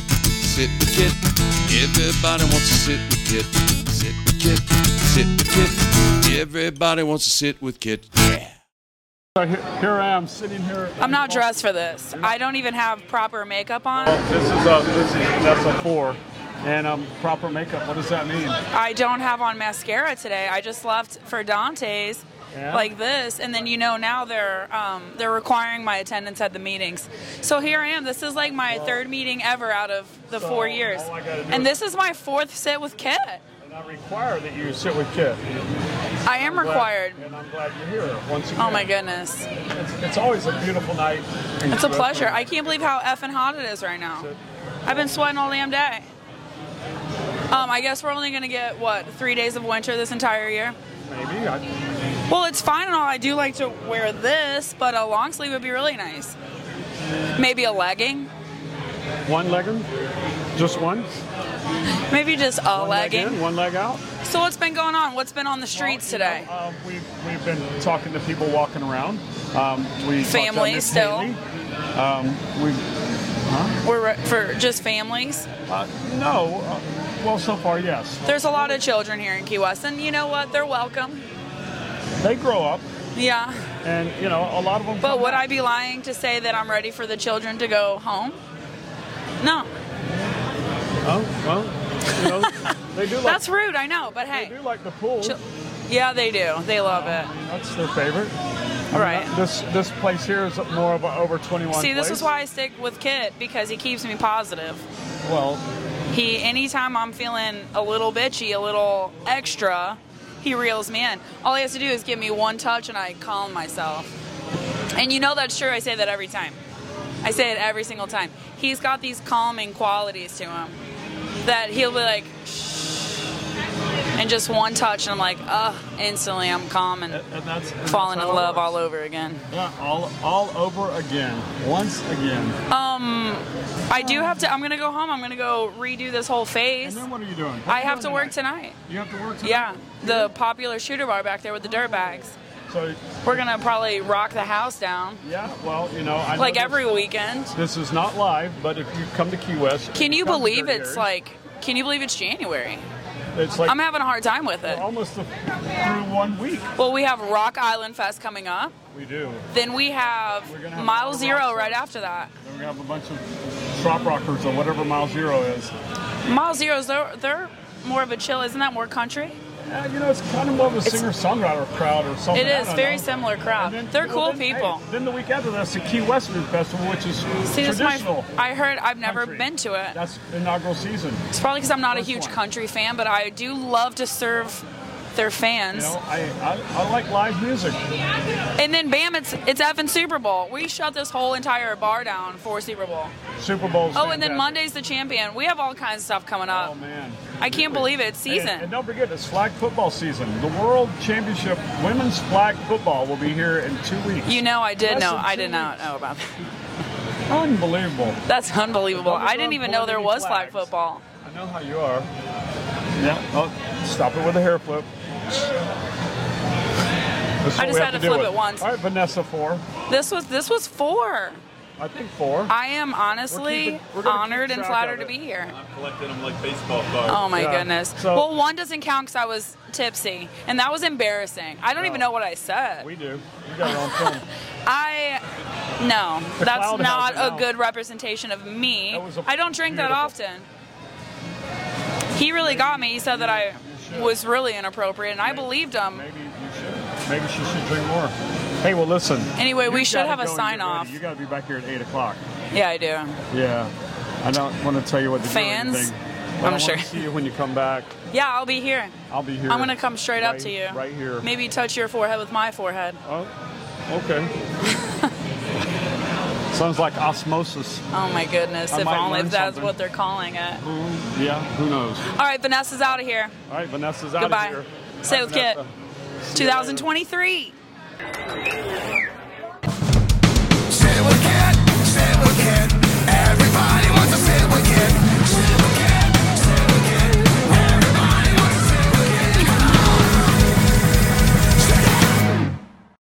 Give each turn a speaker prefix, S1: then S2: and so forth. S1: sit with Kit. Everybody wants to sit with Kit. Sit with Kit. Sit with Kit. Everybody wants to sit with Kit. Yeah.
S2: So here, here I am sitting here.
S3: I'm not dressed for this. I don't even have proper makeup on.
S2: This is a this is that's a four, and um proper makeup. What does that mean?
S3: I don't have on mascara today. I just left for Dante's
S2: Yeah.
S3: like this, and then you know now they're um, they're requiring my attendance at the meetings. So here I am. This is like my third meeting ever out of the
S2: So
S3: four years,
S2: all I gotta do
S3: and
S2: is-
S3: this is my fourth sit with Kit.
S2: And I require that you sit with Kit.
S3: I am required.
S2: And I'm glad you're here once again.
S3: Oh my goodness,
S2: It's, it's always a beautiful night.
S3: it's a pleasure. I can't believe how effing hot it is right now. I've been sweating all damn day. Um, I guess we're only gonna get what three days of winter this entire year.
S2: Maybe. I,
S3: Well, it's fine and all. I do like to wear this, but a long sleeve would be really nice. Maybe a legging.
S2: one legger? Just one?
S3: Maybe just a
S2: One leg
S3: legging.
S2: in, one leg out?
S3: so what's been going on? What's been on the streets
S2: Well, you
S3: today?
S2: know, uh, we've, we've been talking to people walking around. Um, we talked to
S3: Family
S2: Miss
S3: still.
S2: Haley. Um, we
S3: We're re- for just families.
S2: uh, no. Uh, well, so far, yes.
S3: There's a lot of children here in Key West, and you know what? They're welcome.
S2: They grow up,
S3: Yeah.
S2: and you know, a lot of them.
S3: But
S2: come
S3: would I
S2: back.
S3: be lying to say that I'm ready for the children to go home? No.
S2: Oh, well, you know, they do like.
S3: That's rude, I know, but
S2: they
S3: hey.
S2: do like the pool.
S3: Chil- yeah, they do. They love it.
S2: That's their favorite.
S3: All right.
S2: This this place here is more of a over 21.
S3: See, this is
S2: place.
S3: why I stick with Kit because he keeps me positive.
S2: Well,
S3: He, anytime I'm feeling a little bitchy, a little extra, he reels me in. All he has to do is give me one touch and I calm myself. And you know that's true. I say that every time. I say it every single time. He's got these calming qualities to him that he'll be like, shh, and just one touch, and I'm like, ugh, instantly I'm calm and
S2: and that's and
S3: falling in
S2: that's how it
S3: love
S2: works.
S3: all over again.
S2: Yeah, all all over again, once again.
S3: I do have to, I'm gonna go home, I'm gonna go redo this whole
S2: And
S3: face.
S2: then what are you doing? What
S3: I
S2: you
S3: have to
S2: doing
S3: work tonight.
S2: You have to work tonight.
S3: Yeah, the popular shooter bar back there with the dirt bags.
S2: So
S3: We're gonna probably rock the house down
S2: yeah, well, you know, I know
S3: like
S2: this-
S3: every weekend.
S2: This is not live, but if you come to Key West,
S3: Can you
S2: come to
S3: believe
S2: Dirty
S3: it's
S2: Harry's,
S3: like? Can you believe it's January?
S2: it's like
S3: I'm having a hard time with it.
S2: almost the, through one week?
S3: Well, we have Rock Island Fest coming up.
S2: We do.
S3: Then we have
S2: We're gonna have
S3: Mile
S2: Rock
S3: Zero
S2: Island.
S3: right after that.
S2: Then we have a bunch of drop rockers or whatever mile zero is.
S3: Mile Zero's they're, they're more of a chill, isn't that more country?
S2: Yeah, Uh, you know, it's kind of more of a singer-songwriter crowd or something.
S3: It
S2: I
S3: is
S2: don't
S3: very
S2: know.
S3: similar crowd.
S2: And then-
S3: They're
S2: well,
S3: cool
S2: then, hey,
S3: people.
S2: then the week after that's the Key West Food Festival, which is
S3: See, this is my.
S2: traditional.
S3: I heard I've never
S2: country.
S3: been to it.
S2: That's inaugural season.
S3: It's probably because I'm not a
S2: First
S3: huge
S2: one.
S3: country fan, but I do love to serve their
S2: You
S3: fans.
S2: know, I, I, I like live music.
S3: And then bam, it's it's effing Super Bowl. We shut this whole entire bar down for Super Bowl.
S2: Super Bowl's
S3: Oh, and then
S2: fantastic.
S3: Monday's the champion. We have all kinds of stuff coming
S2: Oh
S3: up.
S2: man.
S3: I can't believe it. It's season.
S2: And, and don't forget, it's flag football season. The World Championship Women's Flag Football will be here in two weeks.
S3: you know, I did
S2: Less
S3: know.
S2: than
S3: I
S2: two
S3: did not know about that.
S2: Unbelievable.
S3: That's unbelievable.
S2: Another
S3: I didn't even know there
S2: unbelievable
S3: was flag
S2: flags.
S3: football.
S2: I know how you are. Yeah. Oh, stop it with a hair flip. This is what
S3: I just
S2: we
S3: had
S2: have
S3: to
S2: do
S3: flip
S2: with-
S3: it once.
S2: All right, Vanessa, four.
S3: This was this was four.
S2: I think four.
S3: I am honestly
S2: keeping- we're gonna keep
S3: honored and
S2: track
S3: flatterd
S2: of
S3: to
S2: it.
S3: be here.
S4: I'm collecting them like baseball cards.
S3: Oh my
S2: Yeah.
S3: goodness.
S2: So-
S3: well, one doesn't count because I was tipsy, and that was embarrassing. I don't even know what I said.
S2: we do. We got it on film.
S3: I no, that's
S2: cloud
S3: not
S2: has it
S3: a
S2: now.
S3: good representation of me.
S2: That was a
S3: I don't drink that
S2: beautiful-
S3: often. He really got me. He said that I was really inappropriate, and I believed him.
S2: Maybe you should. Maybe she should drink more. Hey, well, listen.
S3: Anyway, we
S2: You've
S3: should
S2: gotta
S3: have a
S2: go and get
S3: sign
S2: ready.
S3: off.
S2: You got to be back here at eight o'clock.
S3: Yeah, I do.
S2: Yeah. I don't want to tell you what to
S3: Fans?
S2: do. or anything, but
S3: I'm
S2: I
S3: sure.
S2: Want to see you when you come back.
S3: Yeah, I'll be here.
S2: I'll be here.
S3: I'm gonna come straight up
S2: right-
S3: to you.
S2: Right here.
S3: Maybe touch your forehead with my forehead.
S2: Oh, okay. Sounds like osmosis.
S3: Oh my goodness!
S2: I
S3: if
S2: might
S3: only
S2: learn
S3: if that's
S2: something.
S3: what they're calling it.
S2: Yeah, who knows?
S3: All right, Vanessa's out of here.
S2: All right, Vanessa's out
S3: Goodbye.
S2: of here.
S3: Stay
S2: Bye,
S3: with Kit.
S2: Vanessa. See you later.
S3: 2023.